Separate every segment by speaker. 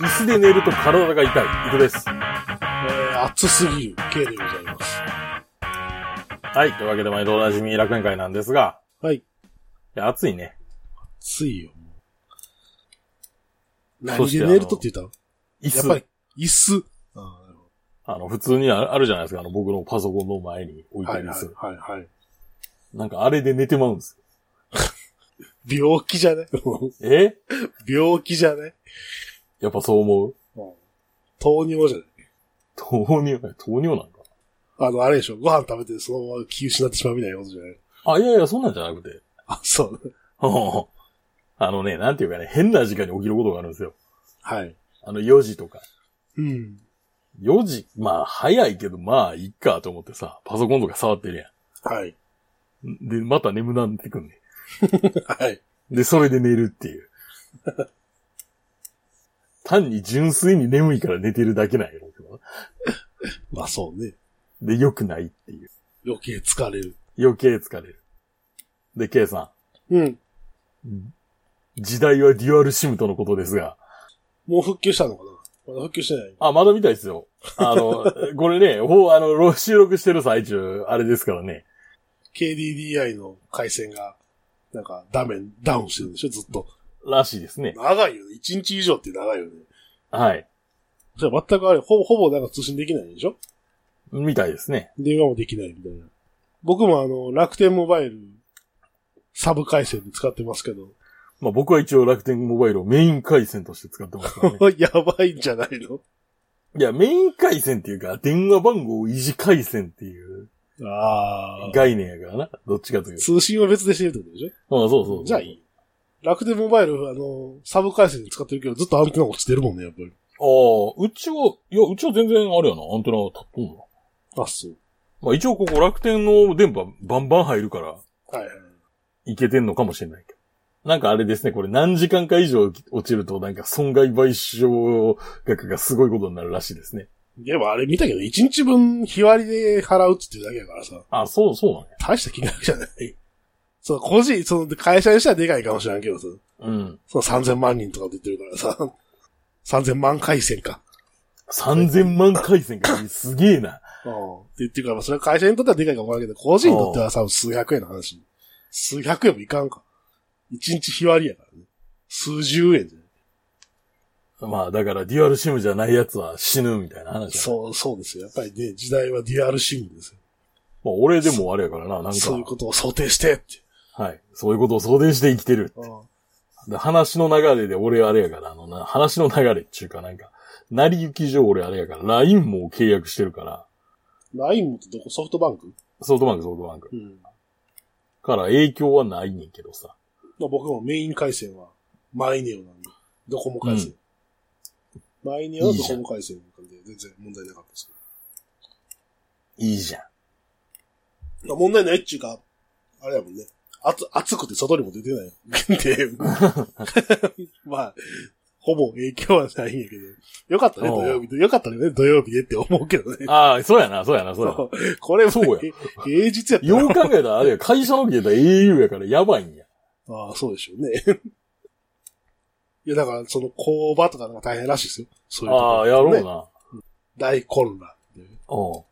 Speaker 1: 熱で寝ると体が痛い。伊藤です。
Speaker 2: えー、熱すぎる K でございます。
Speaker 1: はい。というわけで、毎度おなじみ楽園会なんですが、
Speaker 2: はい。
Speaker 1: いや暑いね。
Speaker 2: ついよ、もう。
Speaker 1: そ
Speaker 2: 何
Speaker 1: して
Speaker 2: で寝るとって言っ
Speaker 1: 椅
Speaker 2: たの
Speaker 1: 子。
Speaker 2: やっぱり、椅子。あーなるほ
Speaker 1: あの、普通にああるじゃないですか。あの、僕のパソコンの前に置い
Speaker 2: ど
Speaker 1: て
Speaker 2: はい
Speaker 1: る椅
Speaker 2: はい
Speaker 1: 子。
Speaker 2: はいはい。
Speaker 1: なんかあれで寝てまうんです
Speaker 2: 病気じゃ ね
Speaker 1: よ。え
Speaker 2: 病気じゃね
Speaker 1: やっぱそう思う
Speaker 2: うん糖尿じゃね
Speaker 1: 糖尿、糖尿なんか。
Speaker 2: あの、あれでしょ、ご飯食べてそのまま気失ってしまうみたいなことじゃない
Speaker 1: あ、いやいや、そんなんじゃなくて。
Speaker 2: あ、そうね。
Speaker 1: あのね、なんていうかね、変な時間に起きることがあるんですよ。
Speaker 2: はい。
Speaker 1: あの、4時とか。
Speaker 2: うん。
Speaker 1: 4時、まあ、早いけど、まあ、いっかと思ってさ、パソコンとか触ってるや
Speaker 2: はい。
Speaker 1: ん。で、また眠なってくんね。
Speaker 2: はい。
Speaker 1: で、それで寝るっていう。単に純粋に眠いから寝てるだけなんやろうけどな。
Speaker 2: まあそうね。
Speaker 1: で、良くないっていう。
Speaker 2: 余計疲れる。
Speaker 1: 余計疲れる。で、K さ
Speaker 2: うん。
Speaker 1: ん。時代はデュアルシムとのことですが。
Speaker 2: もう復旧したのかなまだ復旧してない。
Speaker 1: あ、まだ見たいですよ。あの、 これね、ほう、あの、収録してる最中、あれですからね。
Speaker 2: KDDI の回線が、なんか、ダメ、ダウンしてるんでしょずっと。
Speaker 1: らしいですね。
Speaker 2: 長いよね。1日以上って長いよね。
Speaker 1: はい。
Speaker 2: じゃあ全くあれ、ほぼ、ほぼなんか通信できないでしょ
Speaker 1: みたいですね。
Speaker 2: 電話もできないみたいな。僕もあの、楽天モバイル、サブ回線で使ってますけど、
Speaker 1: まあ僕は一応楽天モバイルをメイン回線として使ってますから ね。
Speaker 2: やばいんじゃないの
Speaker 1: いや、メイン回線っていうか、電話番号維持回線っていう
Speaker 2: ああ。
Speaker 1: 概念やからな。どっちかというと。
Speaker 2: 通信は別でしてるってことでし
Speaker 1: ああ、そうそうそ
Speaker 2: ょ
Speaker 1: う。
Speaker 2: じゃあいい。楽天モバイル、あの、サブ回線で使ってるけど、ずっとアンテナ落ちてるもんね、やっぱり。
Speaker 1: ああ、うちは、いや、うちは全然あれやな。アンテナ立っとんな。
Speaker 2: あ、そう。
Speaker 1: まあ一応ここ楽天の電波バンバン入るから、
Speaker 2: はいはい。
Speaker 1: いけてんのかもしれないけど。なんかあれですね、これ何時間か以上落ちるとなんか損害賠償額がすごいことになるらしいですね。
Speaker 2: でもあれ見たけど、1日分日割りで払うって言ってるだけだからさ、
Speaker 1: あ、そう、そうなんや。
Speaker 2: 大した金額じゃない。そう、個人、その会社にしたらでかいかもしれんけどさ、
Speaker 1: うん。
Speaker 2: その3000万人とか出てるからさ、3000万回線か。
Speaker 1: 3000万回線がすげえな。
Speaker 2: うん。って言ってるから、まあそれは会社にとってはでかいかもわからんけど、個人にとってはさ、数百円の話。数百円もいかんか。1日日割りやからね。数十円じゃない。
Speaker 1: まあだからデュアルシムじゃないやつは死ぬみたいな話。う。
Speaker 2: そう、そうですよ。やっぱりね、時代はデュアルシムですよ。
Speaker 1: まあ俺でもあれやからな、なんか。
Speaker 2: そういうことを想定してって。
Speaker 1: はい。そういうことを想定して生きてる。
Speaker 2: うん。
Speaker 1: で話の流れで俺あれやから、あのな、話の流れっていうかなんか、成り行き上俺あれやから、LINE も契約してるから、
Speaker 2: LINE もってどこソフトバンク
Speaker 1: ソフトバンクソフトバンク。
Speaker 2: うん。
Speaker 1: から影響はないねんけどさ。
Speaker 2: まあ、僕もメイン回線はマイネオなんで、ドコモ回線。マイネオはドコモ回線なんで、全然問題なかったです
Speaker 1: いいじゃん。
Speaker 2: けど。まあ、問題ないっちゅうか、あれやもんね。暑、暑くて外にも出てないよ。で、 まあ、ほぼ影響はないんやけど。よかったね、
Speaker 1: おう
Speaker 2: 土曜日。よかったね、土曜日でって思うけどね。
Speaker 1: ああ、そうやな、そうやな、そうやな。
Speaker 2: これも
Speaker 1: そうや
Speaker 2: ね、芸術やった
Speaker 1: よ
Speaker 2: な
Speaker 1: う考えたらあれや、会社の携帯 au やからやばいんや。
Speaker 2: ああ、そうでしょうね。 いや、だから、その工場とかなんか大変らしいですよ。そういうとこ
Speaker 1: ああ、やろう
Speaker 2: ね
Speaker 1: な。
Speaker 2: 大混乱。
Speaker 1: う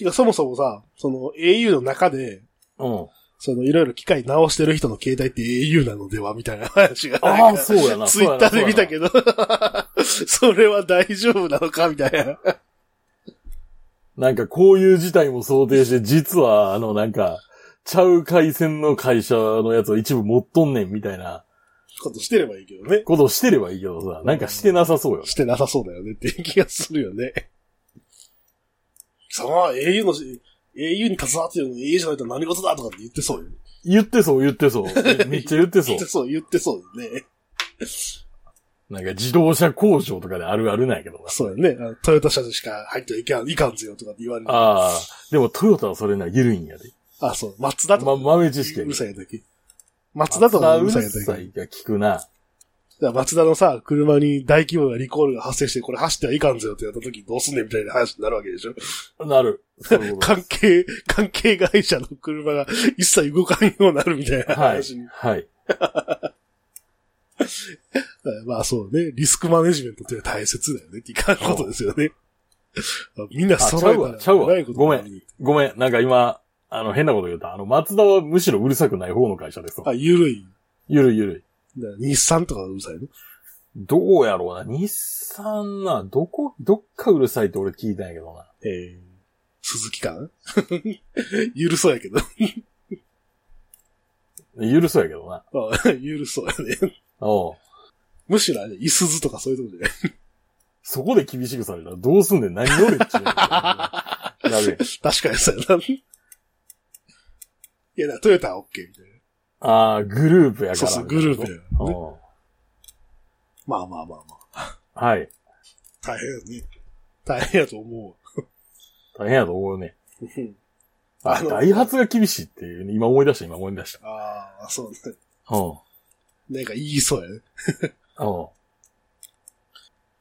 Speaker 2: いや、そもそもさ、その au の中で、
Speaker 1: ん。うん。
Speaker 2: そのいろいろ機械直してる人の携帯って au なのではみたいな話が
Speaker 1: あ
Speaker 2: なん
Speaker 1: あ、
Speaker 2: か、
Speaker 1: そうやな。
Speaker 2: ツイッターで見たけ
Speaker 1: ど。
Speaker 2: ど、 それは大丈夫なのかみたいな。
Speaker 1: なんかこういう事態も想定して、実は、あの、なんか、ちゃう回線の会社のやつを一部持っとんねんみたいな
Speaker 2: ことしてればいいけどね。
Speaker 1: ことをしてればいいけどさ、なんかしてなさそうよ。
Speaker 2: してなさそうだよねっていう気がするよね。さあ、au の、au に携わってるのに au じゃないと何事だとかって言ってそうよ。
Speaker 1: 言ってそう、言っ てそう。めめっちゃ言ってそ
Speaker 2: 言って
Speaker 1: う。
Speaker 2: そう、言ってそうだよね。
Speaker 1: なんか自動車工場とかであるあるなんやけどな。
Speaker 2: そうだよね。あのトヨタ車でしか入ってはいかん、いかんぜよとかって言われる。あ
Speaker 1: ああ、でもトヨタはそれな、緩いんやで。
Speaker 2: そう、松田とか
Speaker 1: ま、豆知識
Speaker 2: う
Speaker 1: やけど。
Speaker 2: るさいだけ。松田とかもうるさいだ
Speaker 1: 松
Speaker 2: け
Speaker 1: 田う。るさいが聞くな。
Speaker 2: だから松田のさ、車に大規模なリコールが発生して、これ走ってはいかんぜよってやった時どうすんねんみたいな話になるわけでしょ。
Speaker 1: なる。そういうこと
Speaker 2: 関係、関係会社の車が一切動かんようになるみたい
Speaker 1: は
Speaker 2: な
Speaker 1: い
Speaker 2: 話に。。
Speaker 1: はい。
Speaker 2: はいまあそうね、リスクマネジメントって大切だよねっていかんことですよね。みんな揃えたら
Speaker 1: あちゃうわちゃうわ
Speaker 2: えらいことになる
Speaker 1: ごごめん、なんか今、あの、変なこと言うた。あの、松田はむしろうるさくない方の会社ですわ
Speaker 2: あ、ゆるい。
Speaker 1: ゆるゆるい。
Speaker 2: だから日産とかうるさいの
Speaker 1: どうやろうな。日産な、どこ、どっかうるさいって俺聞いたんやけどな。
Speaker 2: えー、鈴木かな ゆるそうやけど。
Speaker 1: ゆるそうやけどな。
Speaker 2: あゆるそうやね。
Speaker 1: おう
Speaker 2: むしろあれ、いすずとかそういうとこじゃない。
Speaker 1: そこで厳しくされたらどうすんねん、何乗れっちゅうのなるやん
Speaker 2: 確かにそうやな。いや、だからトヨタは OK みたい
Speaker 1: ああ、グループや
Speaker 2: な。
Speaker 1: か
Speaker 2: そう
Speaker 1: ら。
Speaker 2: そう、グループやからね
Speaker 1: おう
Speaker 2: まあまあまあまあ。
Speaker 1: はい。
Speaker 2: 大変やね。大変やと思
Speaker 1: 大変やと思うね。
Speaker 2: うわ。
Speaker 1: あ、
Speaker 2: あの
Speaker 1: ダイハツが厳しいっていうね、今思い出した、今思い出した。
Speaker 2: ああ、そうね。
Speaker 1: おう
Speaker 2: なんか言いそうやね。
Speaker 1: おう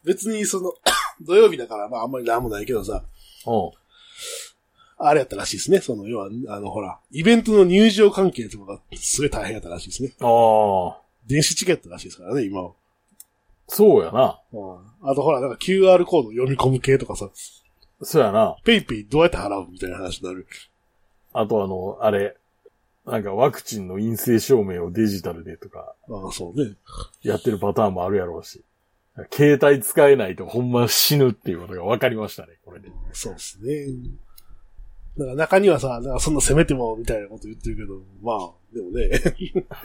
Speaker 2: 別にその、 土曜日だからまああんまりなんもないけどさ、
Speaker 1: おう
Speaker 2: あれやったらしいですね。その、要は、あのほら、イベントの入場関係とかがすごい大変やったらしいですね。
Speaker 1: ああ、
Speaker 2: 電子チケットらしいですからね、今は。
Speaker 1: そうやな。
Speaker 2: うん。あとほら、なんか QR コード読み込む系とかさ、
Speaker 1: そうやな。
Speaker 2: ペイペイどうやって払うみたいな話になる。
Speaker 1: あとあの、あれ、なんかワクチンの陰性証明をデジタルでとか、
Speaker 2: ああ、そうね。
Speaker 1: やってるパターンもあるやろうし。携帯使えないとほんま死ぬっていうことが分かりましたね、これ で。
Speaker 2: そうですね。だから中にはさ、なんかそんな攻めてもみたいなこと言ってるけど、まあ、でもね。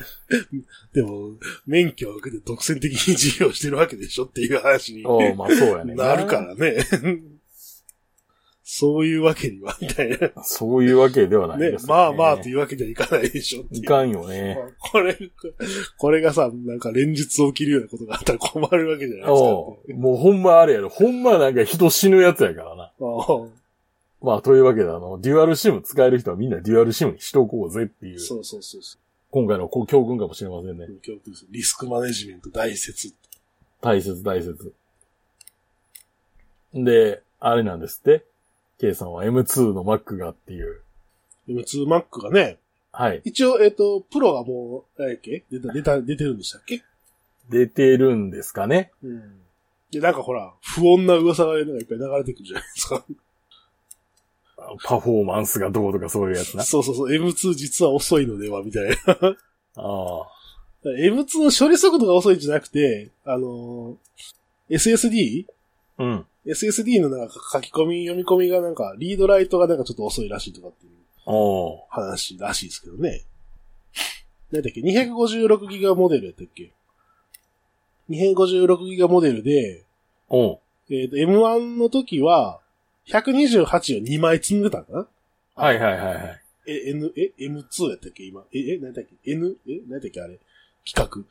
Speaker 2: でも、免許を受けて独占的に事業してるわけでしょっていう話に
Speaker 1: おうまあそうやね。
Speaker 2: なるか。らね。そういうわけには、みたいな。
Speaker 1: そういうわけではない
Speaker 2: ね
Speaker 1: で、す、
Speaker 2: まあまあというわけにはいかないでしょってい。
Speaker 1: いうかんよね。
Speaker 2: まあこれ、これがさ、なんか連日起きるようなことがあったら困るわけじゃないですか。
Speaker 1: おうもうほんまあれやろ。ほんまなんか人死ぬやつやからな。
Speaker 2: おう
Speaker 1: まあというわけで、あの、デュアルシム使える人はみんなデュアルシムにしとこうぜっていう、
Speaker 2: そうそうそうそ
Speaker 1: 今回のこう教訓かもしれませんね。
Speaker 2: う。教育ですリスクマネジメント大切。
Speaker 1: 大切大切。で、あれなんですって。K さんは M2 の Mac がっていう。
Speaker 2: M2Mac がね、
Speaker 1: はい。
Speaker 2: 一応、えっ、と、プロがもう、あれやっけ出た、出た、出てるんでしたっけ
Speaker 1: 出てるんですかね。
Speaker 2: うん。で、なんかほら、不穏な噂がなんかいっぱい流れてくるじゃないですか。
Speaker 1: パフォーマンスがどうとかそういうやつな。
Speaker 2: そうそうそう、M2 実は遅いのでは、みたいな。
Speaker 1: あ
Speaker 2: M2 の処理速度が遅いんじゃなくて、あのー SSD?
Speaker 1: あ。うん。
Speaker 2: SSD のなんか書き込み、読み込みがなんか、リードライトがなんかちょっと遅いらしいとかっていう
Speaker 1: おー
Speaker 2: 話らしいですけどね。なんだっけ、256ギガモデルやったっけ ?256 ギガモデルで、
Speaker 1: おう
Speaker 2: えっ、と、M1 の時は、128を2枚積んでたんかな
Speaker 1: はいはいはいはい。
Speaker 2: え、N、え、M2 やったっけ今。え、え、何だっけ ?N、え、何だっけあれ。企画。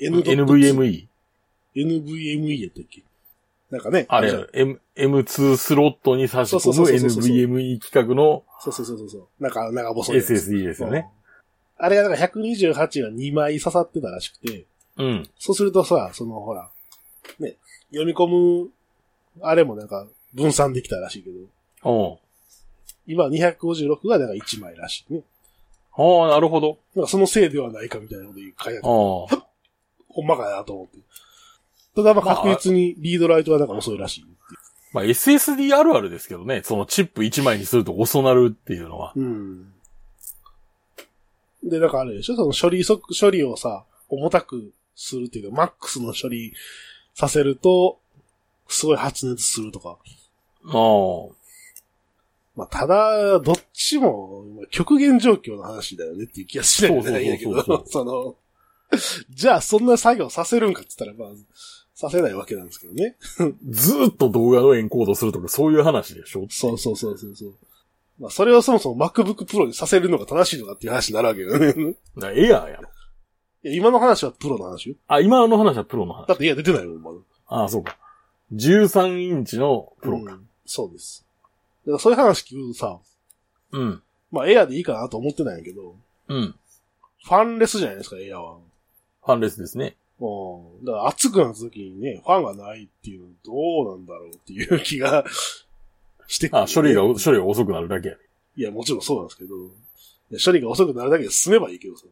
Speaker 1: NVMe?
Speaker 2: NVMe やったっけなんかね。
Speaker 1: あれ
Speaker 2: じゃん
Speaker 1: や、M、M2 スロットに差し
Speaker 2: そう
Speaker 1: 込
Speaker 2: そう
Speaker 1: む
Speaker 2: そうそうそう
Speaker 1: NVMe 企画の
Speaker 2: そうそうそうそう。なんか、長細いやつ。
Speaker 1: SSD ですよね。
Speaker 2: うん。あれがなんか128が2枚刺さってたらしくて、
Speaker 1: うん。
Speaker 2: そうするとさ、そのほら、ね、読み込む、あれもなんか分散できたらしいけど、
Speaker 1: おう
Speaker 2: 今256がなんか1枚らしいね。
Speaker 1: ああ、なるほど。
Speaker 2: なんかそのせいではないかみたいなこと言う書いてあった
Speaker 1: ああ。
Speaker 2: ほんまかなと思って。ただま
Speaker 1: まあ
Speaker 2: あ確実にリードライトはなんか遅いらしいってい
Speaker 1: まあ、SSD あるあるですけどね。そのチップ1枚にすると遅なるっていうのは。
Speaker 2: う。うん。で、なんかあれでしょその処理速、処理をさ、重たくするっていうか、マックスの処理させると、すごい発熱するとか。
Speaker 1: ああ。
Speaker 2: まあ、ただ、どっちも、極限状況の話だよねっていう気がしないんだ
Speaker 1: そ
Speaker 2: け
Speaker 1: うそうそう
Speaker 2: ど、その、じゃあそんな作業させるんかって言ったら、まあ、させないわけなんですけどね。
Speaker 1: ずーっと動画のエンコードするとかそういう話でしょ
Speaker 2: そうそうそうそうそう。まあ、それをそもそも MacBook Pro にさせるのが正しいのかっていう話になるわけよね。
Speaker 1: だエアーやろ。
Speaker 2: いや、今の話はプロの話よ。
Speaker 1: あ、今の話はプロの話。
Speaker 2: だって、いや、出てないもん、まだ。
Speaker 1: ああ、そうか。13インチのプロか。
Speaker 2: うんそうです。だからそういう話聞くとさ、
Speaker 1: うん。
Speaker 2: まあ、エアでいいかなと思ってないんやけど、
Speaker 1: うん。
Speaker 2: ファンレスじゃないですか、エアは。
Speaker 1: ファンレスですね。
Speaker 2: うん。だから暑くなった時にね、ファンがないっていうのどうなんだろうっていう気が してくる、
Speaker 1: あ、処理が、処理が遅くなるだけや。
Speaker 2: いや、もちろんそうなんですけど、いや処理が遅くなるだけで済めばいいけどさ。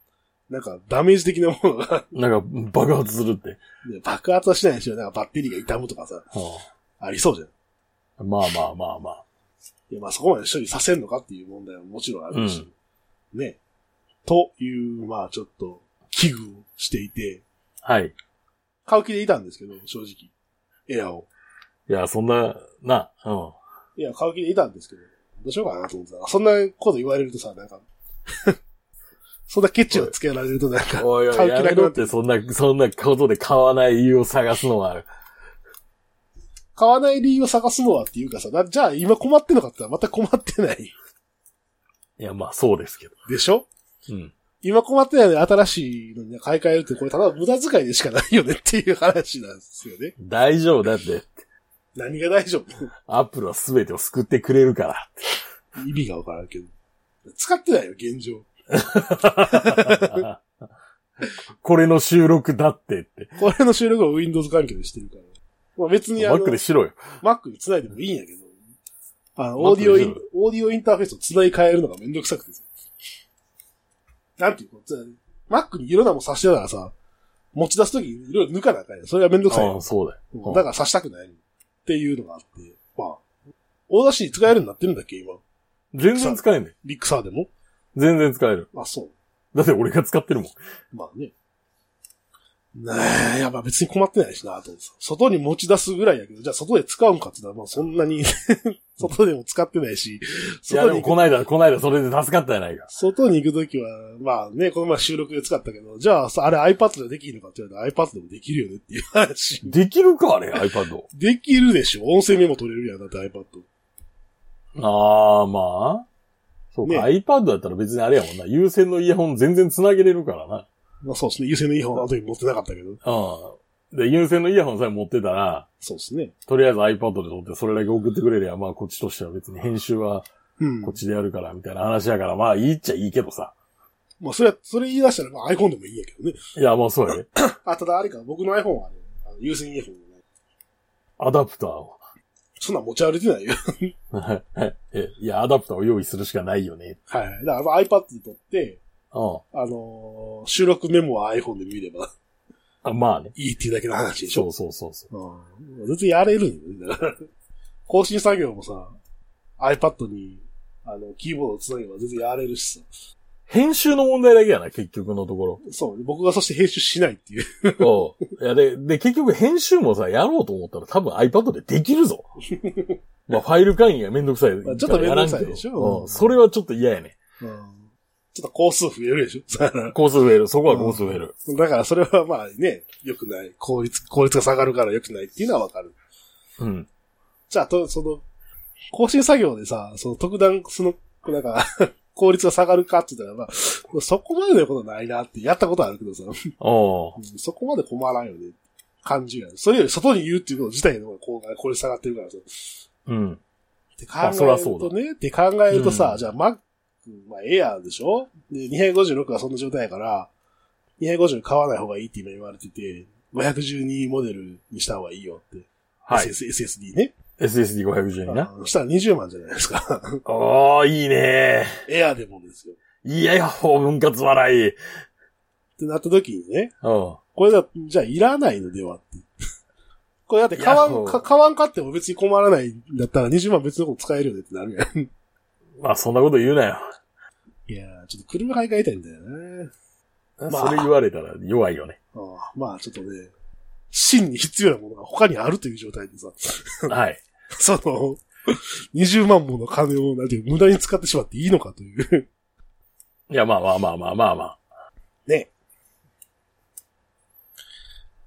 Speaker 2: なんかダメージ的なものが、
Speaker 1: なんか爆発するって。
Speaker 2: ね爆発はしないでしょ。なんかバッテリーが傷むとかさ、
Speaker 1: は
Speaker 2: ありそうじゃん。
Speaker 1: あまあまあまあまあ。
Speaker 2: いや、まあそこまで処理させんのかっていう問題はもちろんあるし、ね。という、まあちょっと、危惧をしていて、
Speaker 1: はい。
Speaker 2: 買う気でいたんですけど、正直。エアを。
Speaker 1: いや、そんな、な、うん。
Speaker 2: いや、買う気でいたんですけど、どうしようかなと思ってた。そんなこと言われるとさ、なんか、 そんなケチをつけられるとなんか、
Speaker 1: おいおい、
Speaker 2: 買う気
Speaker 1: や
Speaker 2: な
Speaker 1: め
Speaker 2: くな
Speaker 1: ろ
Speaker 2: っ
Speaker 1: ってて、そんな、そんなことで買わない理由を探すのは、
Speaker 2: 買わない理由を探すのはっていうかさ、なじゃあ今困ってんのかって言ったらまた困ってない
Speaker 1: いや、まあそうですけど。
Speaker 2: でしょ
Speaker 1: うん。
Speaker 2: 今困ってないのに新しいのに買い替えるってこれただ無駄遣いでしかないよねっていう話なんですよね。
Speaker 1: 大丈夫だって、
Speaker 2: 何が大丈夫
Speaker 1: アップルは全てを救ってくれるから。
Speaker 2: 意味がわからんけど。使ってないよ、現状。
Speaker 1: これの収録だってって。
Speaker 2: これの収録を Windows 環境でしてるから。まあ別にあ
Speaker 1: マ
Speaker 2: の、
Speaker 1: ックでしろよ。
Speaker 2: Mac に繋いでもいいんやけど、あの、
Speaker 1: Mac
Speaker 2: オーディオイ
Speaker 1: で
Speaker 2: ン
Speaker 1: 十、
Speaker 2: オーディオインターフェースを繋い変えるのがめんどくさくてさ。なんていうのつまり ?Mac にいろんなもん挿してたらさ、持ち出すときいろいろ抜かなあかんやんそれがめんどくさいやん
Speaker 1: うん、そうだよ。
Speaker 2: うんだから刺したくないっていうのがあって、まあ、大出しに使えるようになってるんだっけ、今。
Speaker 1: 全然使えんねん。
Speaker 2: ビッグサーでも。
Speaker 1: 全然使える。
Speaker 2: あ、そ
Speaker 1: だって俺が使ってるもん。
Speaker 2: う。まあね。ねえ、やっぱ別に困ってないしな、と思ってさ。外に持ち出すぐらいやけど、じゃあ外で使うんかって言ったら、まあそんなに、 外でも使ってないし、
Speaker 1: いや、
Speaker 2: 外
Speaker 1: で
Speaker 2: に
Speaker 1: も
Speaker 2: 行く、
Speaker 1: こないだ、こないだそれで助かったやないか。
Speaker 2: 外に行くときは、まあね、この前収録で使ったけど、じゃあさあれ iPad でできるのかって言われたら iPad でもできるよねっていう話。
Speaker 1: できるかあれ、iPad を。
Speaker 2: できるでしょ音声メモ取れるやん、だって iPad。
Speaker 1: あー、まあ。そうか、
Speaker 2: ね
Speaker 1: iPad だったら別にあれやもんな。有線のイヤホン全然繋げれるからな。
Speaker 2: まあそうですね、優先のイヤホンは後に持ってなかったけど。
Speaker 1: うん。で、有線のイヤホンさえ持ってたら、
Speaker 2: そうですね。
Speaker 1: とりあえず iPad で撮ってそれだけ送ってくれりゃ、まあこっちとしては別に編集は
Speaker 2: うん
Speaker 1: こっ。ちでやるからみたいな話やから、まあいいっちゃいいけどさ。
Speaker 2: まあ、それは、それ言い出したら、まあ、iPhone でもいいんやけどね。
Speaker 1: いや、まあそうやね。
Speaker 2: あ、ただあれか、僕の iPhone はね、あの、有線イヤホンじゃない
Speaker 1: アダプターを。
Speaker 2: そんなん持ち歩いてないよ。
Speaker 1: えいや、アダプターを用意するしかないよね。
Speaker 2: はい。だから、まあ iPad にとって、
Speaker 1: うん
Speaker 2: あのー収録メモは iPhone で見れば
Speaker 1: あ。まあね。
Speaker 2: いいっていうだけの話でし
Speaker 1: そ
Speaker 2: ょ。
Speaker 1: うそうそうそう。
Speaker 2: うん。全然やれるんだよ、ね。だから 更新作業もさ、iPad に、あの、キーボードをつなげば全然やれるしさ。
Speaker 1: 編集の問題だけやな、結局のとこ
Speaker 2: そう、僕がそして編集しないっていう。
Speaker 1: ろ。うん。いや、で、で、結局編集もさ、やろうと思ったら多分 iPad でできる ぞ。まあ、ファイル会議がめんどくさいからやらんけど。
Speaker 2: まあちょっとめんどくさいでしょ
Speaker 1: うん。それはちょっと嫌やね。
Speaker 2: うん。ちょっと工数増えるでしょ。だから
Speaker 1: コース増える。そこはコース増える。
Speaker 2: だからそれはまあね、良くない。効率、効率が下がるから良くないっていうのはわかる。
Speaker 1: うん。
Speaker 2: じゃあ、と、その、更新作業でさ、その特段、その、なんか、 効率が下がるかって言ったら、まあ、そこまでのことないなって、やったことあるけどさ、 う
Speaker 1: お
Speaker 2: んそこまで困らんよね。感じがある。それより外に言うっていうこと自体の方が効率下がってるからさ。
Speaker 1: うん。
Speaker 2: って考
Speaker 1: あそらそ
Speaker 2: えると
Speaker 1: う
Speaker 2: ね、って考えるとさ、
Speaker 1: うん
Speaker 2: じゃあ Mac、まあ Air でしょで、256がそんな状態やから、250買わない方がいいって今言われてて、512モデルにした方がいいよって。
Speaker 1: はい。
Speaker 2: SS SSD ね。
Speaker 1: SSD512 な。
Speaker 2: そしたら20万じゃないですか。
Speaker 1: おー、いいね
Speaker 2: Air でもですよ。っ
Speaker 1: いやいや、ほう、分割笑い。うん。
Speaker 2: てなった時にね、これだ、じゃあいらないのではって。 これだって買わ
Speaker 1: い
Speaker 2: ん、
Speaker 1: や
Speaker 2: か買わんかっても別に困らないんだったら20万別のこと使えるよねってなるやん。
Speaker 1: まあ、そんなこと言うなよ。
Speaker 2: いやー、ちょっと車買い替えたいんだよね。まあ
Speaker 1: それ言われたら弱いよね。
Speaker 2: ああまあちょっとね、真に必要なものが他にあるという状態でさ、
Speaker 1: はい。
Speaker 2: その、20万もの金をなんていう無駄に使ってしまっていいのかという。
Speaker 1: いや、まあまあまあまあまあまあ。
Speaker 2: ね。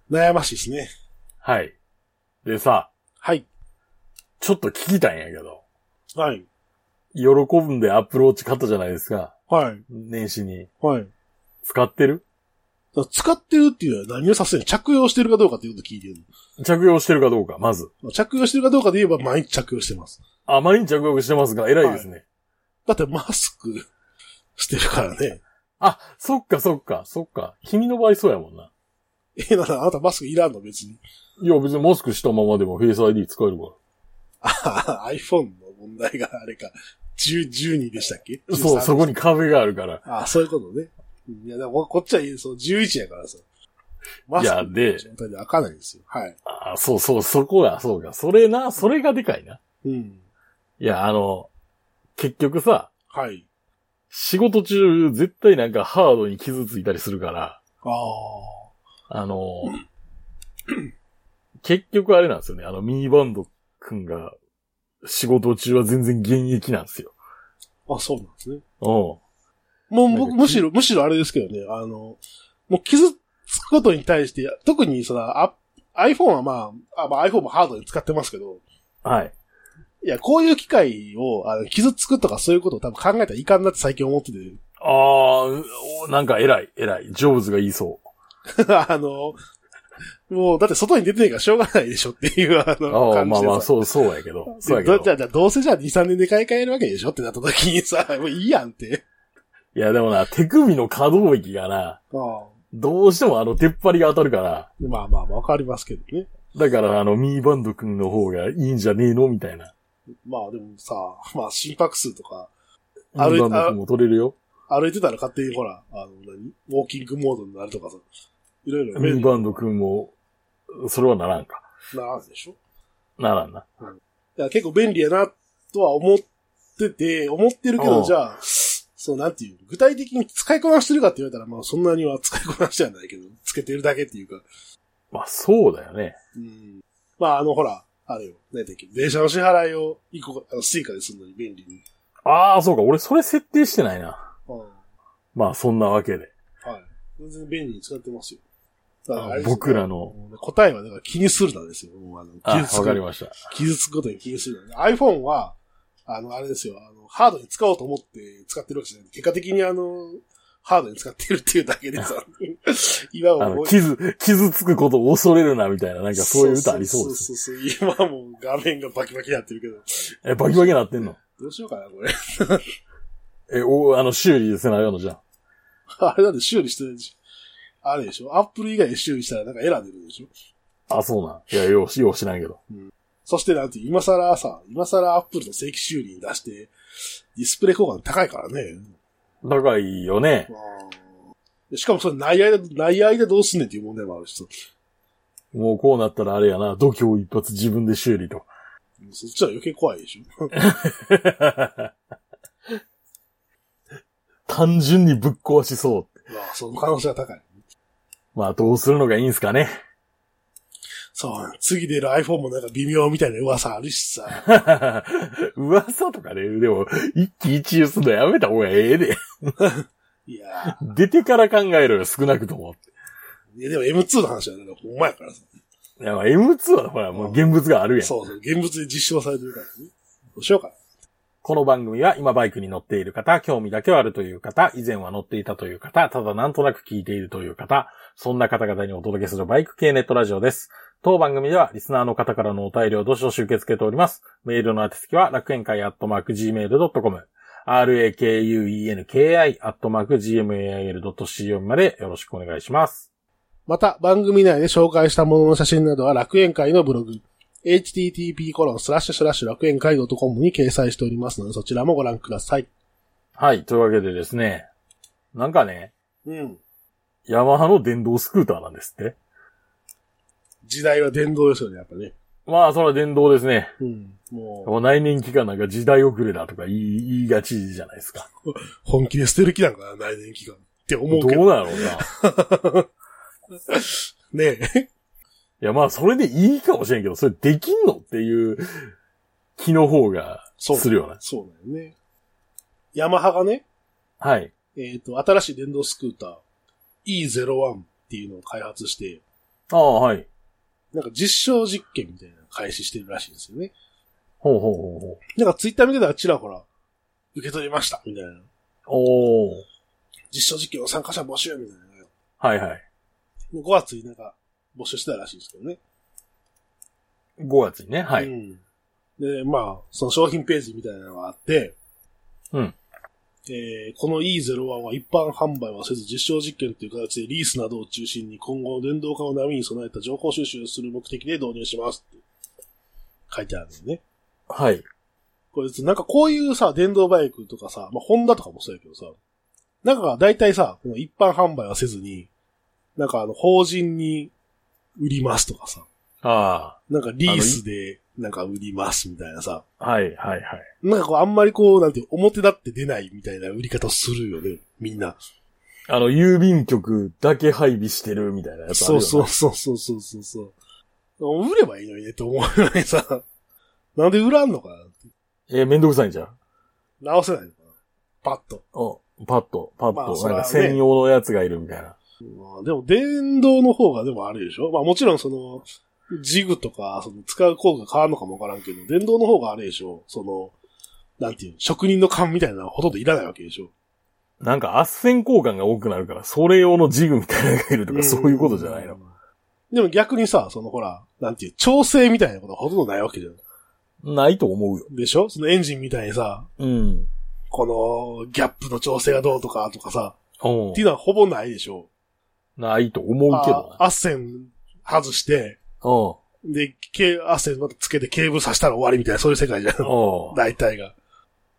Speaker 2: 悩ましいですね。
Speaker 1: はい。でさ、
Speaker 2: はい。
Speaker 1: ちょっと聞きたいんやけど、
Speaker 2: はい。
Speaker 1: 喜ぶんでアップルウォッチ買ったじゃないですか。
Speaker 2: はい。
Speaker 1: 年始に。
Speaker 2: はい。
Speaker 1: 使ってる
Speaker 2: だから使ってるっていうのは何をさせる着用してるかどうかっていうことを聞いてる
Speaker 1: 着用してるかどうか、まず。
Speaker 2: の。着用してるかどうかで言えば毎日着用してます。
Speaker 1: あまりに着用してますが、偉いですね。
Speaker 2: だってマスクしてるからね。
Speaker 1: あ、そっかそっか、そっか。君の場合そうやもんな。
Speaker 2: え、なんだあなたマスクいらんの別に。
Speaker 1: いや、別にマスクしたままでもフェイス ID 使えるか
Speaker 2: あ iPhone の問題があれか。10、12でしたっけ
Speaker 1: ら。そう、そこ
Speaker 2: に。
Speaker 1: に壁があるから。
Speaker 2: あそういうことね。いや、でもこっちはその11やからさ。マスクの
Speaker 1: いやで
Speaker 2: 状態で開かないんですよ。はい。
Speaker 1: ああ、そうそう、そこが、そうか。それな、それがでかいな。
Speaker 2: うん。
Speaker 1: いや、あの、結局さ、
Speaker 2: はい。
Speaker 1: 仕事中、絶対なんかハードに傷ついたりするから、
Speaker 2: ああ。
Speaker 1: あの、結局あれなんですよね。あの、ミニバンドくんが、仕事中は全然現役なんですよ。
Speaker 2: あ、そうなんですね。
Speaker 1: うん。
Speaker 2: もう、
Speaker 1: なんか
Speaker 2: むむしろ、むしろあれですけどね、あの、もう傷つくことに対して、特にその、あ iPhone はまあ、あまあ、iPhone もハードに使ってますけど、
Speaker 1: はい。
Speaker 2: いや、こういう機会を、あの、傷つくとかそういうことを多分考えたらいかんなって最近思ってて、
Speaker 1: ああ、おなんか偉い、偉い。ジョブズが言いそう。
Speaker 2: あの、もう、だって外に出てないからしょうがないでしょっていう、あの、
Speaker 1: ああ、
Speaker 2: 感
Speaker 1: ま
Speaker 2: じ
Speaker 1: あ
Speaker 2: で
Speaker 1: まあ、
Speaker 2: さ。
Speaker 1: そう、そうやけど。そうや
Speaker 2: で
Speaker 1: けど
Speaker 2: ど。じゃあ、じゃあどうせじゃあ2、3年で買い替えるわけでしょってなった時にさ、 もういいやんって。
Speaker 1: いや、でもな、手首の可動域がな、
Speaker 2: ああ
Speaker 1: どうしてもあの、出っ張りが当たるから、
Speaker 2: まあまあまあ、わかりますけどね。
Speaker 1: だからあの、ミーバンド君の方がいいんじゃねえのみたいな。
Speaker 2: まあでもさ、まあ心拍数とか、
Speaker 1: ミーバンド君も取れるよ。
Speaker 2: 歩いてたら勝手にほら、あの、何ウォーキングモードになるとかさ。いろいろ
Speaker 1: ミ
Speaker 2: 便
Speaker 1: ー
Speaker 2: 利
Speaker 1: バンド君も、それはならんか。
Speaker 2: ならんでしょ
Speaker 1: ならんな。
Speaker 2: いや結構便利やな、とは思ってて、思ってるけ
Speaker 1: う
Speaker 2: ど、
Speaker 1: ん
Speaker 2: じゃあ、そう、なんていう、具体的に使いこなしてるかって言われたら、まあそんなには使いこなしてはないけど、つけてるだけっていうか。
Speaker 1: まあ、そうだよね。
Speaker 2: うん。まああの、ほら、あれよ、何だっけ、電車の支払いを一個、あの、スイカでするのに便利に。
Speaker 1: ああ、そうか。俺、それ設定してないな。
Speaker 2: うん。は
Speaker 1: まあ、そんなわけで。
Speaker 2: い。全然便利に使ってますよ。だからあれですよ
Speaker 1: 僕らの、
Speaker 2: 答えは、だから気にするなんですよ。もうあの、
Speaker 1: あ
Speaker 2: 技術
Speaker 1: わかりました。
Speaker 2: 傷つくことに気にするのね。iPhone は、あの、あれですよ、あの、ハードに使おうと思って使ってるわけじゃない。結果的にあの、ハードに使ってるっていうだけでさ、 今
Speaker 1: あ
Speaker 2: はも
Speaker 1: の、
Speaker 2: う、
Speaker 1: 傷、傷つくことを恐れるな、みたいな、なんかそういう歌ありそうです。
Speaker 2: そうそうそう今はもう画面がバキバキになってるけど、
Speaker 1: え、バキバキなってんの
Speaker 2: どうしようかな、これ。
Speaker 1: え、お、あの、修理せなあかんのじゃん。
Speaker 2: あれなんで修理してるし、あれでしょ、Apple 以外で修理したらなんかエラー出るでしょ。
Speaker 1: あ、そうなん。いや、ようし、ようしないけど。
Speaker 2: そしてなんて、今更さ、今更 Apple の正規修理に出して、ディスプレイ効果高いからね。
Speaker 1: 高いよね。
Speaker 2: でしかもそれ内愛で、内愛でどうすんねんっていう問題もあるしさ、
Speaker 1: もうこうなったらあれやな、度胸一発自分で修理と。
Speaker 2: そっちは余計怖いでしょ。
Speaker 1: 単純にぶっ壊しそう。
Speaker 2: まあ、その可能性は高い。
Speaker 1: まあ、どうするのがいいんすかね。
Speaker 2: そう、次出る iPhone もなんか微妙みたいな噂あるしさ。
Speaker 1: 噂とかね、でも、一喜一憂するのやめた方がええで。
Speaker 2: いや
Speaker 1: 出てから考えろよ、少なくとも。
Speaker 2: ーいやでも M2 の話はね、ほんまやからさ。
Speaker 1: いや、まあ M2 はほら、もう現物があるやん。
Speaker 2: そうそう、現物で実証されてるからね。どうしようかな。
Speaker 1: この番組は今バイクに乗っている方、興味だけはあるという方、以前は乗っていたという方、ただなんとなく聞いているという方、そんな方々にお届けするバイク系ネットラジオです。当番組ではリスナーの方からのお便りをどしどし受け付けております。メールの宛先は楽園会アットマーク Gmail.com、rakuenki アットマーク Gmail.co までよろしくお願いします。
Speaker 2: また、番組内で紹介したものの写真などは楽園会のブログ、http コロンスラッシュスラッシュ楽園会 .com に掲載しておりますので、そちらもご覧ください。
Speaker 1: はい、というわけでですね、なんかね、
Speaker 2: うん。
Speaker 1: ヤマハの電動スクーターなんですって。
Speaker 2: 時代は電動ですよね、やっぱね。
Speaker 1: まあ、それは電動ですね。
Speaker 2: うん。もう、
Speaker 1: もう内燃機関なんか時代遅れだとか言い言いがちじゃないですか。
Speaker 2: 本気で捨てる気なんかな、内燃機関。って思
Speaker 1: ど
Speaker 2: う
Speaker 1: う
Speaker 2: け
Speaker 1: な
Speaker 2: ど。
Speaker 1: のな。い
Speaker 2: ねえ。
Speaker 1: やまあそれでいいかもしれんけど、それできんのっていう気の方が
Speaker 2: そう
Speaker 1: するよね。
Speaker 2: そうだよね。ヤマハがね、
Speaker 1: はい。
Speaker 2: えっ、と、新しい電動スクーター、E01 っていうのを開発して、
Speaker 1: ああ、はい。
Speaker 2: なんか実証実験みたいなのを開始してるらしいんですよね。
Speaker 1: ほうほうほうほう。
Speaker 2: なんかツイッター見てたらちらほら、受け取りました、みたいな。
Speaker 1: おー。
Speaker 2: 実証実験を参加者募集、みたいな。
Speaker 1: はいはい。
Speaker 2: 5月になんか募集してたらしいんですけどね。
Speaker 1: 5月にね、は
Speaker 2: う
Speaker 1: い。
Speaker 2: ん。で、まあ、その商品ページみたいなのがあって、
Speaker 1: うん。
Speaker 2: えーこの E01 は一般販売はせず実証実験という形でリースなどを中心に今後の電動化の波に備えた情報収集をする目的で導入しますって書いてあるんですね。
Speaker 1: はい。
Speaker 2: これ、なんかこういうさ、電動バイクとかさ、まあ、ホンダとかもそうやけどさ、なんか、大体さ、この一般販売はせずに、なんかあの、法人に売りますとかさ、
Speaker 1: あ
Speaker 2: なんかリースで、なんか売りますみたいなさ、
Speaker 1: あ。はい、はい、はい。
Speaker 2: なんかこう、あんまりこう、なんて、表立って出ないみたいな売り方するよね、みんな。
Speaker 1: あの、郵便局だけ配備してるみたいなやつある
Speaker 2: そ
Speaker 1: よ、ね。
Speaker 2: うそうそうそうそうそうそう。売ればいいのにねって思うよね、さ。なんで売らんのかなって
Speaker 1: えーめんどくさいんじゃん。
Speaker 2: 直せないのかなパッと。
Speaker 1: うん。パッと、パッと、
Speaker 2: まあそ
Speaker 1: な
Speaker 2: れ
Speaker 1: ん
Speaker 2: は
Speaker 1: か
Speaker 2: ね
Speaker 1: 専用のやつがいるみたいな。
Speaker 2: まあでも、電動の方がでもあれでしょまあもちろんその、ジグとか、その使う工具が変わるのかもわからんけど、電動の方があれでしょその、なんていうの、職人の勘みたいなのはほとんどいらないわけでしょ
Speaker 1: なんか、圧線交換が多くなるから、それ用のジグみたいなのがいるとか、そういうことじゃないの。。
Speaker 2: でも逆にさ、そのほら、なんていう、調整みたいなことはほとんどないわけじゃん。
Speaker 1: ないと思うよ。
Speaker 2: でしょそのエンジンみたいにさ、
Speaker 1: うん。
Speaker 2: この、ギャップの調整がどうとかとかさ、
Speaker 1: うん
Speaker 2: っていうのはほぼないでしょ
Speaker 1: ないと思うけど
Speaker 2: あ、アッセン外して、
Speaker 1: な。
Speaker 2: で、ケーアッセンまたつけてケーブル刺したら終わりみたいな、そういう世界じゃん。
Speaker 1: うん。うん。
Speaker 2: 大体が。だか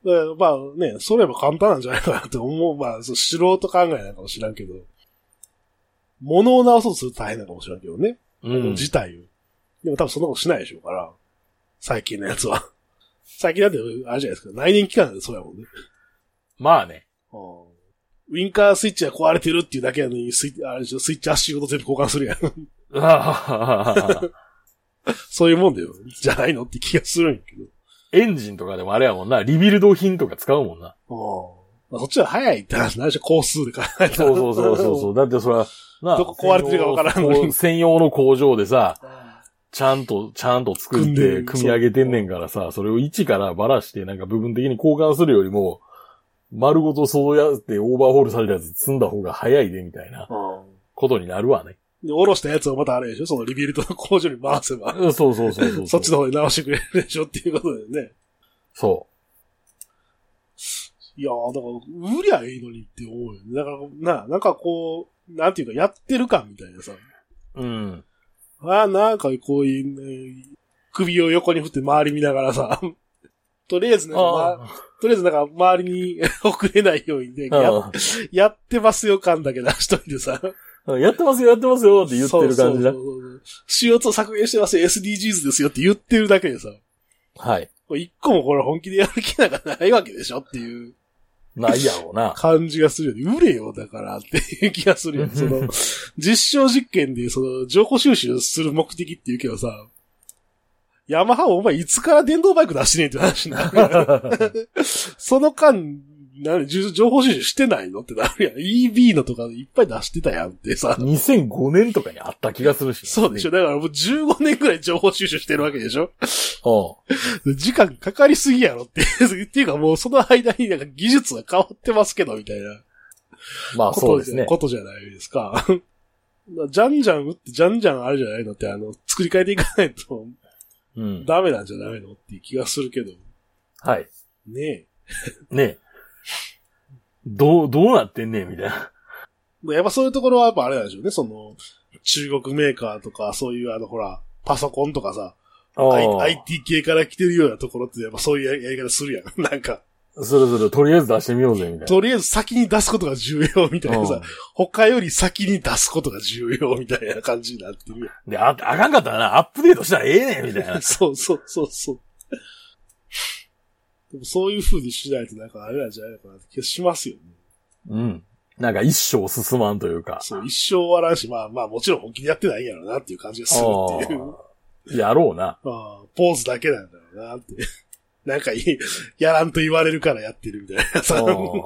Speaker 2: らまあね、それば簡単なんじゃないかなって思う。まあ、そう素人考えなのかもしらんけど。物を直そうとすると大変なのかもしらんけどね。
Speaker 1: うん。
Speaker 2: 自体を。でも多分そんなことしないでしょうから。最近のやつは。 最近だって、あれじゃないですか。内燃機関でそうやもんね。
Speaker 1: まあね。
Speaker 2: ウィンカースイッチが壊れてるっていうだけやのに、スイッチ、あれでしょ、スイッチ足ごと全部交換するやん。
Speaker 1: あはははは
Speaker 2: そういうもんだよ。じゃないのって気がするんやけど。
Speaker 1: エンジンとかでもあれやもんな。リビルド品とか使うもんな。
Speaker 2: まあ、そっちは早いって話、何でしょ、工数で考えたら
Speaker 1: そうそうそうそう そう。だってそれは、な
Speaker 2: どこ壊れてるかわからんのに
Speaker 1: こう専用の工場でさ、ちゃんと、ちゃんと作っ
Speaker 2: 組んで
Speaker 1: て
Speaker 2: る
Speaker 1: 組み上げてんねんからさ、それを一からばらしてなんか部分的に交換するよりも、丸ごとそうやってオーバーホールされたやつ積んだ方が早いでみたいなことになるわね。
Speaker 2: で、下ろしたやつをまたあれでしょそのリビルドの工場に回せば、
Speaker 1: うんそうそうそうそう。
Speaker 2: そっちの方に直してくれるでしょっていうことだよね。
Speaker 1: そ
Speaker 2: いやー、だから、売りゃいいのにって思うよね。だから、な、なんかこう、なんていうか、やってる感みたいなさ。
Speaker 1: う。うん。
Speaker 2: ああ、なんかこういう、ね、首を横に振って周り見ながらさ、 とりあえずね、ま
Speaker 1: あ
Speaker 2: とりあえずなんか周りに 遅れないようにね、
Speaker 1: あ
Speaker 2: ややってますよ感だけ出しとい てさ。
Speaker 1: うんやってますよ、やってますよって言ってる感じだ
Speaker 2: そ。うそうそうそう CO2 削減してますよ、SDGs ですよって言ってるだけでさ。
Speaker 1: はい。
Speaker 2: これ一個もこれ本気でやる気なんかないわけでしょっていう
Speaker 1: ないやろうな。
Speaker 2: 感じがするよね。売れよ、だからっていう気がするよね。その、実証実験で、その、情報収集する目的っていうけどさ、ヤマハお前いつから電動バイク出してねえって話になるから。その間、何、じゅ情報収集してないのってなるやん。EB のとかいっぱい出してたやんってさ。
Speaker 1: 2005年とかにあった気がするし。
Speaker 2: そうでしょ。だからもう15年くらい情報収集してるわけでしょ
Speaker 1: ょ。うん。
Speaker 2: 時間かかりすぎやろって。 っていうかもうその間になんか技術が変わってますけど、みたいな
Speaker 1: まあ
Speaker 2: こ
Speaker 1: そう
Speaker 2: と
Speaker 1: で
Speaker 2: じ
Speaker 1: す
Speaker 2: ゃ,、
Speaker 1: ね。
Speaker 2: ことじゃないですか。 じゃんじゃん打って、じゃんじゃんあるじゃないのって、あの、作り変えていかないと
Speaker 1: うん。
Speaker 2: ダメなんじゃないのっていう気がするけど。
Speaker 1: はい。
Speaker 2: ねえ。
Speaker 1: ねえ。どう、どうなってんねんみたいな。
Speaker 2: やっぱそういうところはやっぱあれなんでしょうね。その、中国メーカーとか、そういうあの、ほら、パソコンとかさ、
Speaker 1: ああ
Speaker 2: I- IT 系から来てるようなところって、やっぱそういうやり方するやん。 なんか、
Speaker 1: するする、とりあえず出してみようぜ、みたいな。
Speaker 2: とりあえず先に出すことが重要みたいなさ、他より先に出すことが重要みたいな感じになってる
Speaker 1: うんで、あ、あかんかったらな、アップデートしたらええねん、みたい
Speaker 2: や。。
Speaker 1: なん
Speaker 2: そうそうそうそう。でもそういう風にしないとなんかあれなんじゃないのかなって気がしますよね。
Speaker 1: うん。なんか一生進まんというか。
Speaker 2: そう、一生終わらんし、まあまあもちろん本気でやってないんやろうなっていう感じがするっていう。
Speaker 1: ああやろうな。
Speaker 2: ああ、ポーズだけなんだろう なって。なんかいい、やらんと言われるからやってるみたいなさ。
Speaker 1: うん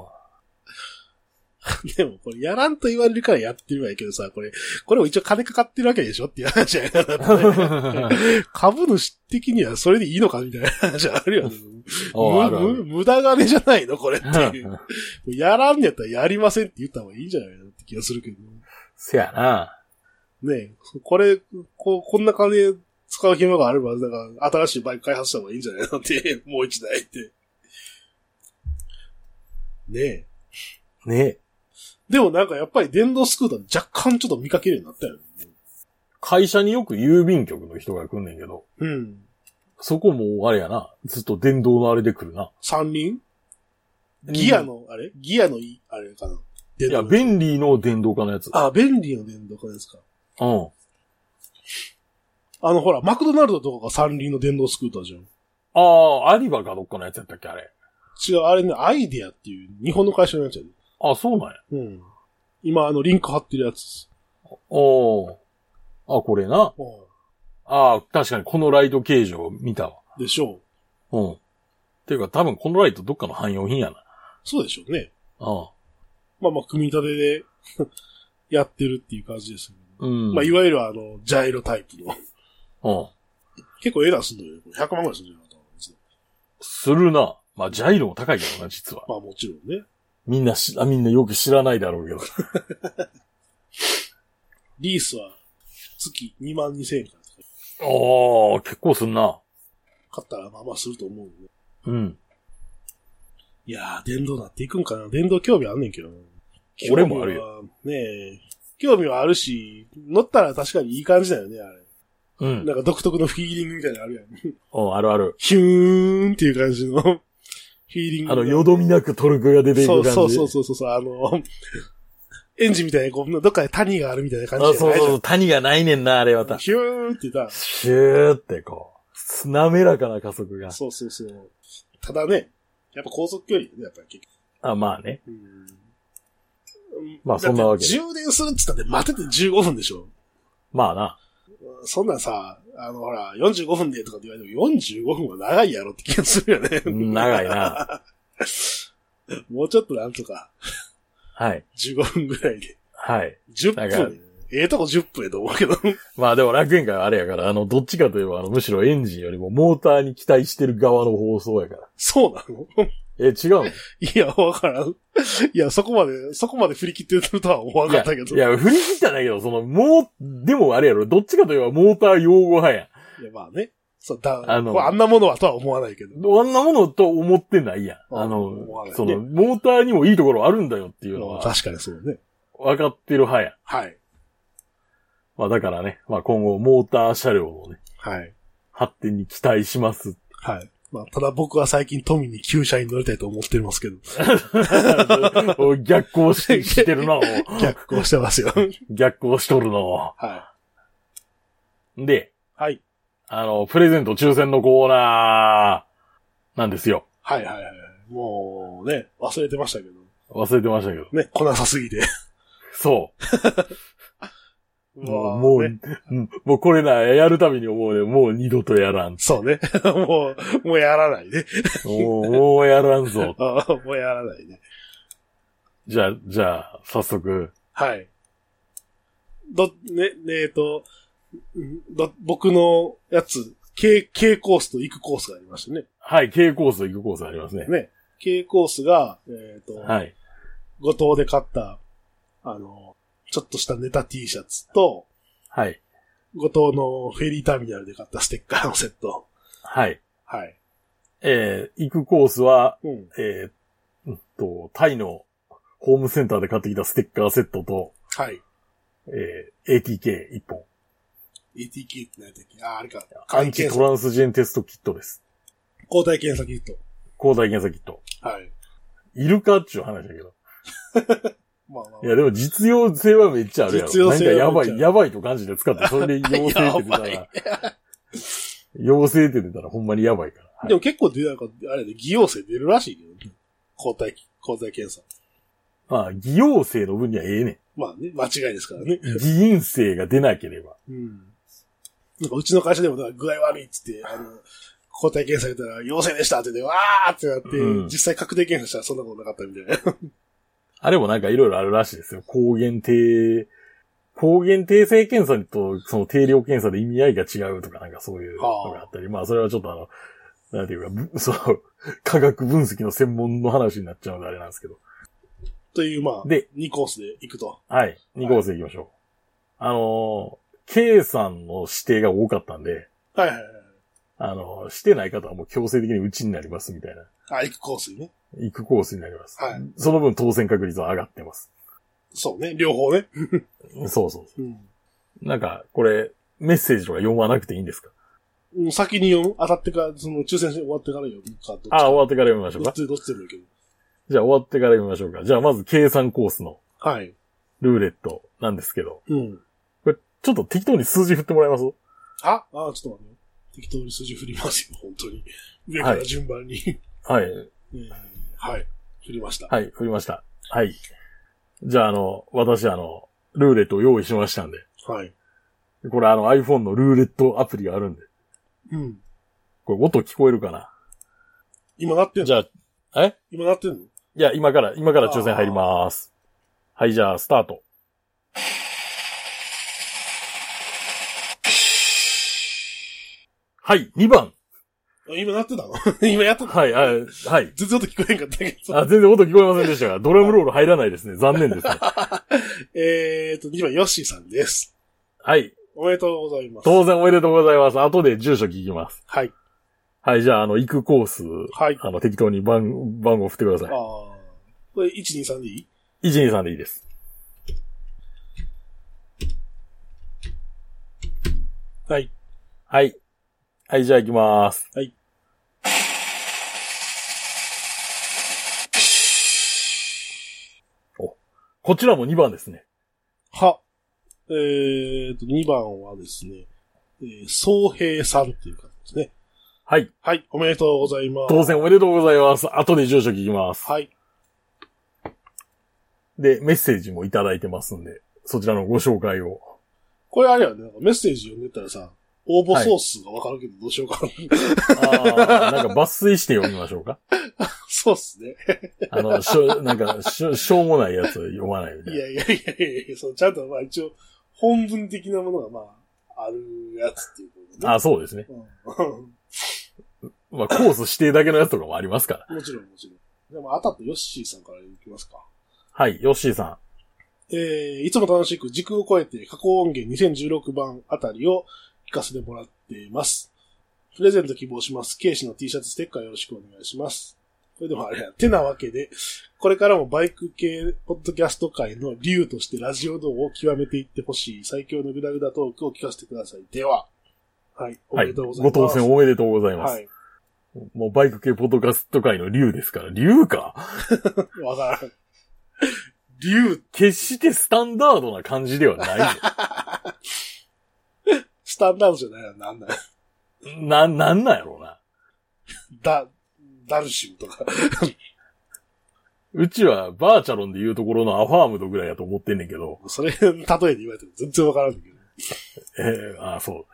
Speaker 2: でもこれ、やらんと言われるからやってるはいいけどさ、これ、これも一応金かかってるわけでしょっていう話やから だってね株主的にはそれでいいのかみたいな話あるよね。
Speaker 1: おう あるあ
Speaker 2: むむ
Speaker 1: る
Speaker 2: 無駄金じゃないのこれって いうう。
Speaker 1: ん
Speaker 2: もうやらんやったらやりませんって言った方がいいんじゃないのって気がするけど。
Speaker 1: せやな。
Speaker 2: ねえ、これ、こう、こんな金使う暇があれば、なんか、新しいバイク開発した方がいいんじゃないのって、 もう一台って。ねえ。
Speaker 1: ね
Speaker 2: でもなんかやっぱり電動スクーター若干ちょっと見かけるようになったよね。
Speaker 1: 会社によく郵便局の人が来んねんけど、
Speaker 2: うん。
Speaker 1: そこもあれやな。ずっと電動のあれで来るな。
Speaker 2: 三輪ギアの、あれギアのい、あれかない
Speaker 1: いや、便利の電動化のやつ。
Speaker 2: あ、便利の電動化ですか。
Speaker 1: うん。
Speaker 2: あの、ほら、マクドナルドとかが三輪の電動スクーターじゃん。
Speaker 1: ああ、アリバがどっかのやつやったっけ、あれ。
Speaker 2: 違う、あれね、アイデアっていう日本の会社のやつやで。
Speaker 1: あ、そうなんや。
Speaker 2: うん。今、あの、リンク貼ってるやつです。
Speaker 1: おーあ、これな。ああ、確かにこのライト形状見たわ。
Speaker 2: でしょう。
Speaker 1: うん。っていうか多分このライトどっかの汎用品やな。
Speaker 2: そうでしょうね。
Speaker 1: あ
Speaker 2: まあまあ、組み立てで やってるっていう感じですけど、
Speaker 1: あ。うん。
Speaker 2: まあ、い
Speaker 1: わ
Speaker 2: わゆるあの、ジャイロタイプの。
Speaker 1: うん。
Speaker 2: 結構エラーすんのよ。100万ぐらいするんじゃなかったかな別に
Speaker 1: するな。まあ、ジャイロも高いけどな、実は。
Speaker 2: まあもちろんね。
Speaker 1: みんなし、あ、みんなよく知らないだろうけど。
Speaker 2: リースは月2万2000円からとか
Speaker 1: ああ、結構すんな。
Speaker 2: 買ったらまあまあすると思うんで。
Speaker 1: うん。
Speaker 2: いやー、電動なっていくんかな。電動興味あんねんけどな。
Speaker 1: 俺もあるよ
Speaker 2: 興味はねえ。興味はあるし、乗ったら確かにいい感じだよね、あれ。
Speaker 1: うん。
Speaker 2: なんか独特のフィーリングみたいなのあるやん。
Speaker 1: うん、あるある。
Speaker 2: ヒューンっていう感じの フィーリング。
Speaker 1: あの、よどみなくトルクが出ていく
Speaker 2: そ
Speaker 1: 感
Speaker 2: う
Speaker 1: じ。
Speaker 2: そうそうそうそう、あの、 エンジンみたいにこう、どっかで谷があるみたいな感
Speaker 1: あ
Speaker 2: じじゃ
Speaker 1: そう
Speaker 2: ないじ
Speaker 1: そうそう、谷がないねんな、あれま
Speaker 2: ゃん。
Speaker 1: た。
Speaker 2: ヒューンって言った
Speaker 1: シューってこう、滑らかな加速が。
Speaker 2: そうそうそう。ただね、やっぱ高速距離ね、やっぱり結局。
Speaker 1: あ、まあね。
Speaker 2: うん
Speaker 1: まあそんなわけで
Speaker 2: だって充電するって言ったって待てて15分でしょ。
Speaker 1: まあ な。
Speaker 2: そんなんさ、あのほら、45分でとかって言われても45分は長いやろって気がするよね。
Speaker 1: 長いな。
Speaker 2: もうちょっとなんとか、
Speaker 1: はい。
Speaker 2: 15分ぐらいで。
Speaker 1: はい。
Speaker 2: 10
Speaker 1: なんか
Speaker 2: 分。ええとこ10分やと思うけど。
Speaker 1: まあでも楽園会はあれやから、あの、どっちかといえば、あの、むしろエンジンよりもモーターに期待してる側の放送やから。
Speaker 2: そうなの
Speaker 1: え、違うの
Speaker 2: いや、わからん。いや、そこまで、そこまで振り切ってるとは思わ
Speaker 1: い
Speaker 2: なか
Speaker 1: や
Speaker 2: ったけど。
Speaker 1: いや、振り切ったんだけど、その、もう、でもあれやろ、どっちかといえばモーター用語派や
Speaker 2: いやまあね。そう、だ、
Speaker 1: あ
Speaker 2: あ
Speaker 1: の
Speaker 2: あんなものはとは思わないけど。
Speaker 1: ん。あんなものと思ってないやん。
Speaker 2: あ
Speaker 1: あの
Speaker 2: 思わな、いね
Speaker 1: その、モーターにもいいところあるんだよっていうのは、
Speaker 2: 確かにそうね。
Speaker 1: 分かってる派やん。
Speaker 2: はい。
Speaker 1: まあだからね、まあ今後、モーター車両のね、
Speaker 2: はい。
Speaker 1: 発展に期待し ます。
Speaker 2: はい。まあ、ただ僕は最近富に旧車に乗りたいと思ってます けど、
Speaker 1: おい逆行してしてるな、おい
Speaker 2: 逆行してますよ。
Speaker 1: 逆行しとるなお。
Speaker 2: はい
Speaker 1: で、
Speaker 2: い。はい。
Speaker 1: あの、プレゼント抽選のコーナー、なんですよ。
Speaker 2: はいはいはい。もうね、忘れてましたけど。
Speaker 1: 忘れてましたけど。
Speaker 2: ね、来なさすぎて。
Speaker 1: そう。もう、もう、
Speaker 2: わあね
Speaker 1: うんもうこれな、やるたびに思うね。もう二度とやらん。
Speaker 2: そうね。 もう、もうやらないね。
Speaker 1: もう、もうやらんぞ。
Speaker 2: あーもうやらないね。
Speaker 1: じゃあ、じゃあ、早速。
Speaker 2: はい。ど、ね、ねえっと、んど、僕のやつ、K、K コースと行くコースがありましたね。
Speaker 1: はい、K コースと行くコースありますね。
Speaker 2: ね。K コースが、えっ、と、
Speaker 1: はい。
Speaker 2: 五島で買った、あの、ちょっとしたネタ T シャツと、
Speaker 1: はい。
Speaker 2: 五島のフェリーターミナルで買ったステッカーのセット。
Speaker 1: はい。
Speaker 2: はい。
Speaker 1: えー、行くコースは、
Speaker 2: うん。
Speaker 1: えー、うんと、タイのホームセンターで買ってきたステッカーセットと、
Speaker 2: はい。
Speaker 1: えー、ATK 一本。
Speaker 2: ATK って何やったっけあ、あれか。
Speaker 1: ア
Speaker 2: 簡
Speaker 1: ン
Speaker 2: 易
Speaker 1: チ
Speaker 2: 検
Speaker 1: ト
Speaker 2: 査。
Speaker 1: ランスジェンテストキットです。
Speaker 2: 抗体検査キッ
Speaker 1: 抗体検査キット。
Speaker 2: ト。はい。
Speaker 1: いるかっちゅう話だけど。
Speaker 2: まあまあ
Speaker 1: いや、でも実用性はめっちゃあるやろ。
Speaker 2: 実用性
Speaker 1: なんかや
Speaker 2: はめっちゃあ
Speaker 1: ばい、
Speaker 2: る
Speaker 1: やばいと感じで使って、それで妖精って出 た
Speaker 2: や
Speaker 1: ら、 妖精って出たらほんまにやばいから。はい
Speaker 2: でも結構出なんか、あれで、偽陽性出るらしいけどね。抗体、抗体検査。
Speaker 1: まあ、偽妖精の分にはええね
Speaker 2: まあね、間違いですからね。
Speaker 1: ん。偽陰性が出なければ。
Speaker 2: うん。なんかうちの会社でもなんか具合悪いっつって、あの、抗体検査やったら陽性でしたって言って、わーってなって、
Speaker 1: うん
Speaker 2: 実際確定検査したらそんなことなかったみたいな。
Speaker 1: あれもなんかいろいろあるらしいですよ。抗原定、抗原定性検査とその定量検査で意味合いが違うとかなんかそういうのがあったり、まあそれはちょっとあの、なんていうかぶ、そう、 科学分析の専門の話になっちゃうのであれなんですけど。
Speaker 2: という、まあ、
Speaker 1: で
Speaker 2: 2コースで行くと。
Speaker 1: はい。二コース行きましょう。あのー、K さんの指定が多かったんで、
Speaker 2: はいはいはい。
Speaker 1: あのー、してない方はもう強制的にうちになりますみたいな、
Speaker 2: あ、行くコースにね。
Speaker 1: 行くコースになります。
Speaker 2: はい。
Speaker 1: その分当選確率は上がってます。
Speaker 2: そうね、両方ね。
Speaker 1: そうそうそ
Speaker 2: うん。
Speaker 1: う。なんか、これ、メッセージとか読まなくていいんですか
Speaker 2: うん先に読む当たってから、その抽選して終わってから読むか、どっちか
Speaker 1: ああ、終わってから読みましょう
Speaker 2: どっ
Speaker 1: か。
Speaker 2: ちどっちでもいいけど。
Speaker 1: じゃあ終わってから読みましょうか。じゃあまず、計算コースの
Speaker 2: はい。
Speaker 1: ルーレットなんですけど、
Speaker 2: うん。
Speaker 1: これちょっと適当に数字振ってもらえます
Speaker 2: ああ、ちょっと待ってよ。適当に数字振りますよ、本当に。上から順番に。
Speaker 1: はい。
Speaker 2: うんはい。振りました。
Speaker 1: はい、振りました。はい。じゃあ、あの、私、あの、ルーレットを用意しましたんで。
Speaker 2: はい。
Speaker 1: これ、あの、iPhone のルーレットアプリがあるんで。
Speaker 2: うん。
Speaker 1: これ、音聞こえるかな
Speaker 2: 今なってんの
Speaker 1: じゃあ、え
Speaker 2: 今なってんの
Speaker 1: いや、今から、今から抽選入ります。はい、じゃあ、スタート。はい、2番。
Speaker 2: あ今なってたの 今やってたの
Speaker 1: はい、あはい。
Speaker 2: 全然音聞こえんかったけど。
Speaker 1: あ、全然音聞こえませんでしたが、ドラムロール入らないですね。残念ですね。
Speaker 2: えーと、2番、ヨッシーさんです。
Speaker 1: はい。
Speaker 2: おめでとうございます。
Speaker 1: 当然おめでとうございます。後で住所聞きます。
Speaker 2: はい。
Speaker 1: はい、じゃあ、あの、行くコース、
Speaker 2: はい。
Speaker 1: あの、適当に番、番号振ってくだ
Speaker 2: あ
Speaker 1: さ
Speaker 2: あ。これ、1、2、3でい
Speaker 1: い。
Speaker 2: い
Speaker 1: 123でいいです。
Speaker 2: はい。
Speaker 1: はい。はい、じゃあ行きます。
Speaker 2: はい。
Speaker 1: お、こちらも2番ですね。
Speaker 2: は。えーと、2番はですね、えー、総平さんっていう方ですね。
Speaker 1: はい。
Speaker 2: はい。おめでとうございます。
Speaker 1: 当選おめでとうございます。後で住所聞きます。
Speaker 2: はい。
Speaker 1: で、メッセージもいただいてますんで、そちらのご紹介を。
Speaker 2: これあれよね、なんかメッセージ読んでたらさ、応募総数がわかるけどどうしようかな。
Speaker 1: あー なんか抜粋して読みましょうか。
Speaker 2: そうっすね。
Speaker 1: あの、しょ、なんか、しょ、しょうもないやつ読まないみたい
Speaker 2: い
Speaker 1: な。
Speaker 2: やいやいやいやいや、そう、ちゃんとまあ一応、本文的なものがまあ、あるやつっていうことね。
Speaker 1: あ、そうですね。
Speaker 2: うん、
Speaker 1: まあ、コース指定だけのやつとかもあります から。
Speaker 2: もちろんもちろん。でも、あたってヨッシーさんからいきますか。
Speaker 1: はい、ヨッシーさ
Speaker 2: えー、いつも楽しく時空を超えて加工音源2016番あたりを聞かせてもらっています。プレゼント希望します。ケイシの T シャツステッカーよろしくお願いします。それでもあれや、てなわけで、これからもバイク系ポッドキャスト界の理由としてラジオ動を極めていってほしい最強のグダグダトークを聞かせてください。では、はい、
Speaker 1: ん。
Speaker 2: お
Speaker 1: は
Speaker 2: め
Speaker 1: い。
Speaker 2: でとう
Speaker 1: ご
Speaker 2: ございます。
Speaker 1: 当選おめでとうございます。
Speaker 2: はい、
Speaker 1: もうバイク系ポッドキャスト界の竜ですから、竜か
Speaker 2: わからん。理由、
Speaker 1: 決してスタンダードな感じでは な
Speaker 2: スタンダードじゃないな、なんだよ
Speaker 1: い。な、なんなんやろうな。
Speaker 2: だ、ダルシムとか。
Speaker 1: うちはバーチャロンで言うところのアファームドぐらいやと思ってんねんけど、
Speaker 2: それ、例えで言われても全然わからんだけど。
Speaker 1: えー、あーそ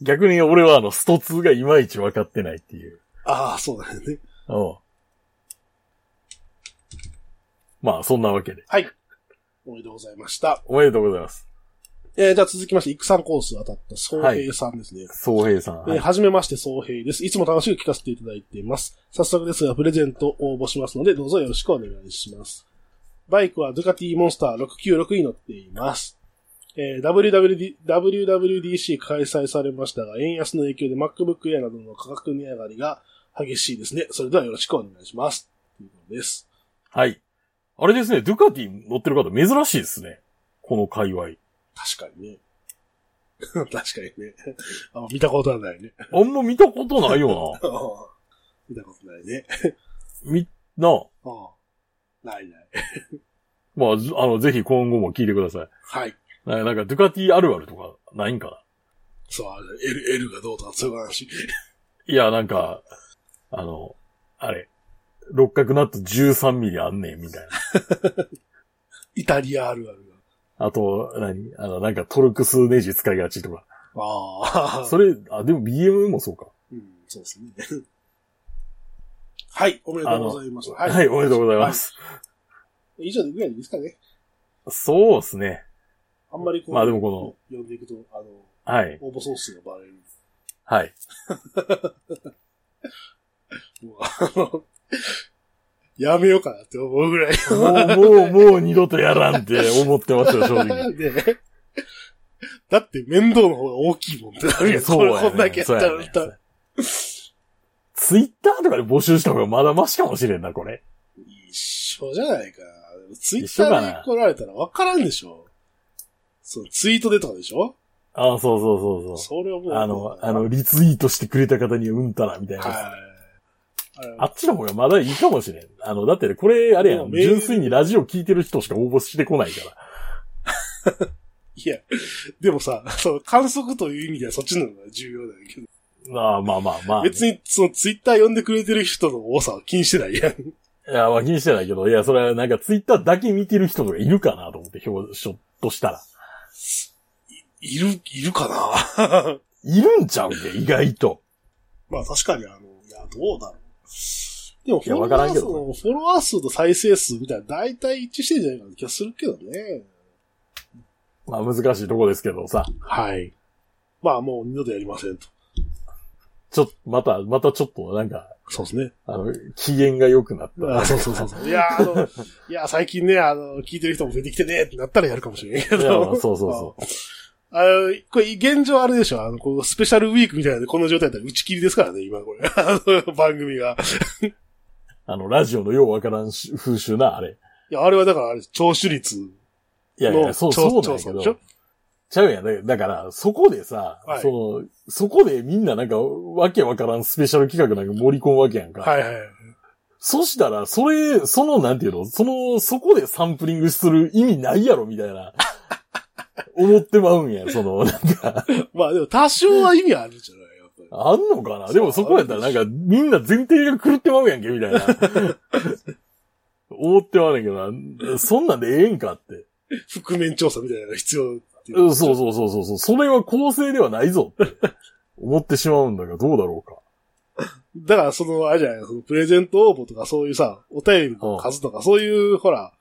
Speaker 1: う。逆に俺はあの、スト2がいまいち分かってないっていう。
Speaker 2: ああ、そうだよね。
Speaker 1: うん。まあ、そんなわけで。
Speaker 2: はい。おめでとうございました。
Speaker 1: おめでとうございます。
Speaker 2: えー、じゃあ続きまして、育三コース当たった総平さんですね。
Speaker 1: 総平さん。は
Speaker 2: えー
Speaker 1: い。
Speaker 2: はじめまして、総平です。いつも楽しく聞かせていただいています。早速ですが、プレゼント応募しますので、どうぞよろしくお願いします。バイクはドゥカティモンスター696に乗っています。えー WWD WWDC 開催されましたが、円安の影響で MacBook Air などの価格値上がりが激しいですね。それではよろしくお願いします。ということです。
Speaker 1: はい。あれですね、ドゥカティ乗ってる方珍しいですね。この界隈。
Speaker 2: 確かにね。 確かにね。あ見たことはない ね。
Speaker 1: あんま見たことないよな。
Speaker 2: 見たことないね。
Speaker 1: み、なあ。
Speaker 2: あないない。
Speaker 1: まあ、ずあの、ぜひ今後も聞いてください。
Speaker 2: はい。
Speaker 1: ななんか、ドゥカティあるあるとか、ないんかな
Speaker 2: そう、あれ L、L がどうとかそういう話。
Speaker 1: いや、なんか、あの、あれ、六角ナット13ミリあんねん、みたい
Speaker 2: イタリアあるある
Speaker 1: な。あと、何あの、なんかトルクスネジ使いがちとか。
Speaker 2: が。ああ。
Speaker 1: それ、あ、でも BM もそうか。
Speaker 2: うん、そうですね。 はい、おめでとうございます。
Speaker 1: はい、おめでとうございま。す。
Speaker 2: はい以上でぐらいでいいですかね。
Speaker 1: そうですね。
Speaker 2: あんまりこう、
Speaker 1: まあでもこ
Speaker 2: の、呼んでいくと、あの、
Speaker 1: はい、
Speaker 2: 応募総数がバレる。
Speaker 1: はい。
Speaker 2: もうあ の、やめようかなって思うぐらい。
Speaker 1: もう、もう、もう二度とやらんって思ってますよ、正 直。
Speaker 2: で、だって面倒の方が大きいもんってなるやん。
Speaker 1: そうや
Speaker 2: これ
Speaker 1: ね
Speaker 2: こんだけやったら
Speaker 1: そうやねツイッターとかで募集した方がまだマシかもしれんな、これ。
Speaker 2: 一緒じゃないか。ツイッ
Speaker 1: 一緒
Speaker 2: タ
Speaker 1: か
Speaker 2: ー
Speaker 1: な
Speaker 2: で来られたらわからんでしょ。そう、ツイートでとかでしょ
Speaker 1: ああ、そうそうそうそう。
Speaker 2: それはもう。
Speaker 1: あの、あの、リツイートしてくれた方にはうんたら、みたいな。
Speaker 2: はい。れ
Speaker 1: あっちの方がまだいいかもしれん。あの、だってね、これ、あれや、
Speaker 2: もうんメール
Speaker 1: 純粋にラジオ聞いてる人しか応募してこないから。
Speaker 2: いや、でもさ、その観測という意味ではそっちの方が重要だけど、
Speaker 1: まあまあまあまあ、
Speaker 2: 別にそのツイッター読んでくれてる人の多さは気にしてないやん。
Speaker 1: いや、まあ気にしてないけど、いや、それはなんかツイッターだけ見てる人とかいるかなと思って、表、しょっとしたら。
Speaker 2: いる、いるかな
Speaker 1: いるんちゃうんで、意外と。
Speaker 2: まあ確かにあの、いや、どうだろう。でも
Speaker 1: い
Speaker 2: フ
Speaker 1: や
Speaker 2: ォ
Speaker 1: わ
Speaker 2: ロ
Speaker 1: から
Speaker 2: ワ
Speaker 1: ん
Speaker 2: ー
Speaker 1: け
Speaker 2: 数
Speaker 1: ど
Speaker 2: の、フォロワー数と再生数みたいな、大体一致してんじゃないかな気がするけどね。
Speaker 1: まあ難しいとこですけどさ。
Speaker 2: はい。まあもう二度とやりませんと。
Speaker 1: ちょっと、また、またちょっとなんか、
Speaker 2: そうですね。
Speaker 1: あの、機嫌が良くなった。
Speaker 2: あそうそうそうそう。いや、あの、いや、最近ね、あの、聞いてる人も増えてきてね、ってなったらやるかもしれんけ
Speaker 1: いやま
Speaker 2: ど
Speaker 1: あ。そうそうそう。
Speaker 2: あの、これ、現状あれでしょあの、こう、スペシャルウィークみたいなんで、この状態だったら打ち切りですからね、今これ。 あの、番組が。
Speaker 1: あの、ラジオのようわからんし風習な、あれ。
Speaker 2: いや、あれはだから、あれ、聴取率
Speaker 1: いやい
Speaker 2: の
Speaker 1: や、そ
Speaker 2: 調
Speaker 1: う、そうなんや
Speaker 2: 調
Speaker 1: け
Speaker 2: 査で
Speaker 1: ど
Speaker 2: し。ょ
Speaker 1: ちゃうやん。だだから、そこでさ、
Speaker 2: はい
Speaker 1: その、そこでみんななんか、わけわからんスペシャル企画なんか盛り込むわけやんか。
Speaker 2: はいはいはい。
Speaker 1: そしたら、それ、その、なんていうの、その、そこでサンプリングする意味ないやろ、みたい な。思ってまうんや、その、なんか、
Speaker 2: まあでも、多少は意味あるんじゃないやっぱり。
Speaker 1: あんのかなでもそこやったらなんか、みんな前提が狂ってまうやんけ、みたいな。思ってまうねんけどな。そんなんでええんかって。
Speaker 2: 覆面調査みたいなのが必要っていう。
Speaker 1: うんそうそうそうそうそう。それは公正ではないぞって思ってしまうんだが、どうだろうか。
Speaker 2: だから、その、あれじゃないそのプレゼント応募とか、そういうさ、お便りの数とか、そういう、ほら、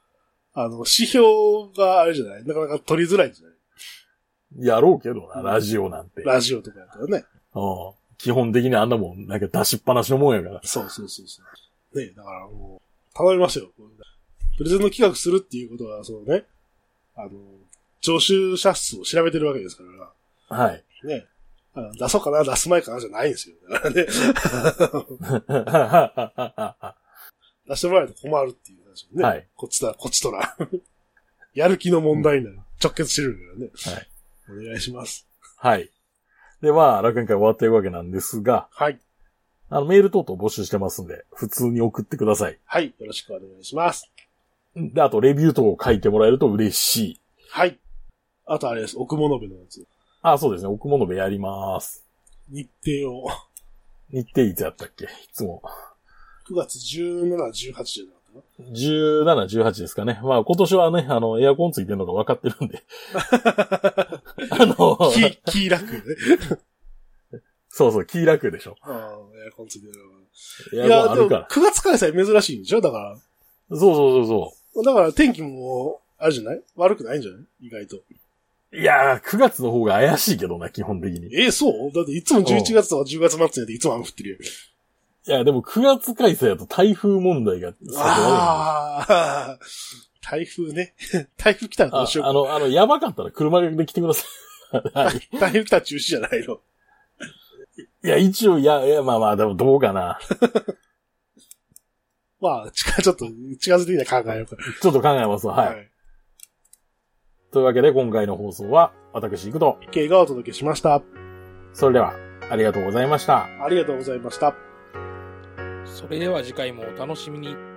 Speaker 2: あの、指標があれじゃないなかなか取りづらいんじゃない
Speaker 1: やろうけどな、
Speaker 2: うん
Speaker 1: ラジオなんて。うん
Speaker 2: ラジオとかやったらね。
Speaker 1: 基本的にあんなもん、なんか出しっぱなしのもんやから。
Speaker 2: そうそうそうそう。ねえだからもう、頼みますよ。プレゼンの企画するっていうことは、そのね、あの、聴取者数を調べてるわけですから、
Speaker 1: はい。
Speaker 2: ね。あの出そうかな、出す前かなじゃないんですよ。だからね、
Speaker 1: は
Speaker 2: 出してもらえると困るっていう話ね。
Speaker 1: はい
Speaker 2: こっちだ、こっちとら。 やる気の問題になる。直結してるからね。はい。お願いします。
Speaker 1: い。で、まあ、楽園会終わってるわけなんですが、
Speaker 2: はい。
Speaker 1: あの、メール等々募集してますんで、普通に送ってください。
Speaker 2: はい。よろしくお願いします。
Speaker 1: で、あと、レビュー等を書いてもらえると嬉しい。
Speaker 2: はい。あとあれです。奥物部のやつ。
Speaker 1: あ、そうですね。奥物部やります。
Speaker 2: 日程を。
Speaker 1: 日程いつやったっけいつも。
Speaker 2: 9月17、18じゃなかったかな
Speaker 1: 17、18ですかね。まあ、今年はね、あの、エアコンついてるのが分かってる んで。あの、
Speaker 2: 気、 気楽ね。
Speaker 1: そうそう、気楽でしょ。
Speaker 2: ああ、エアコンついてるの
Speaker 1: エ
Speaker 2: い
Speaker 1: ア
Speaker 2: や、
Speaker 1: コンあ
Speaker 2: でも
Speaker 1: るから。
Speaker 2: 9月開催珍しいんでしょだか
Speaker 1: そうそうそうそ
Speaker 2: ら、だから天気も、あれじゃない悪くないんじゃない意外と。
Speaker 1: う。いやー、9月の方が怪しいけどな、基本的に。い
Speaker 2: ええそうだっていつも11月とか10月末にやっていつも雨降ってるよ。
Speaker 1: や、でも9月開催だと台風問題が先あ
Speaker 2: ああ、 台風ね。台風来たらどう
Speaker 1: あ
Speaker 2: しよう
Speaker 1: あの、あの、やばかったら車で来てください。はい。
Speaker 2: か。台風来たら中止じゃないの。
Speaker 1: いや、一応、いや、いや、まあまあ、でもどうかな。
Speaker 2: まあ、近、ちょっと、近づいてきたら考えようか。
Speaker 1: ちょっと考えますわ。はい。
Speaker 2: い。
Speaker 1: というわけで、今回の放送は、私、行くと。
Speaker 2: 経がお届けしました。
Speaker 1: それでは、ありがとうございました。
Speaker 2: ありがとうございました。
Speaker 3: それでは次回もお楽しみに。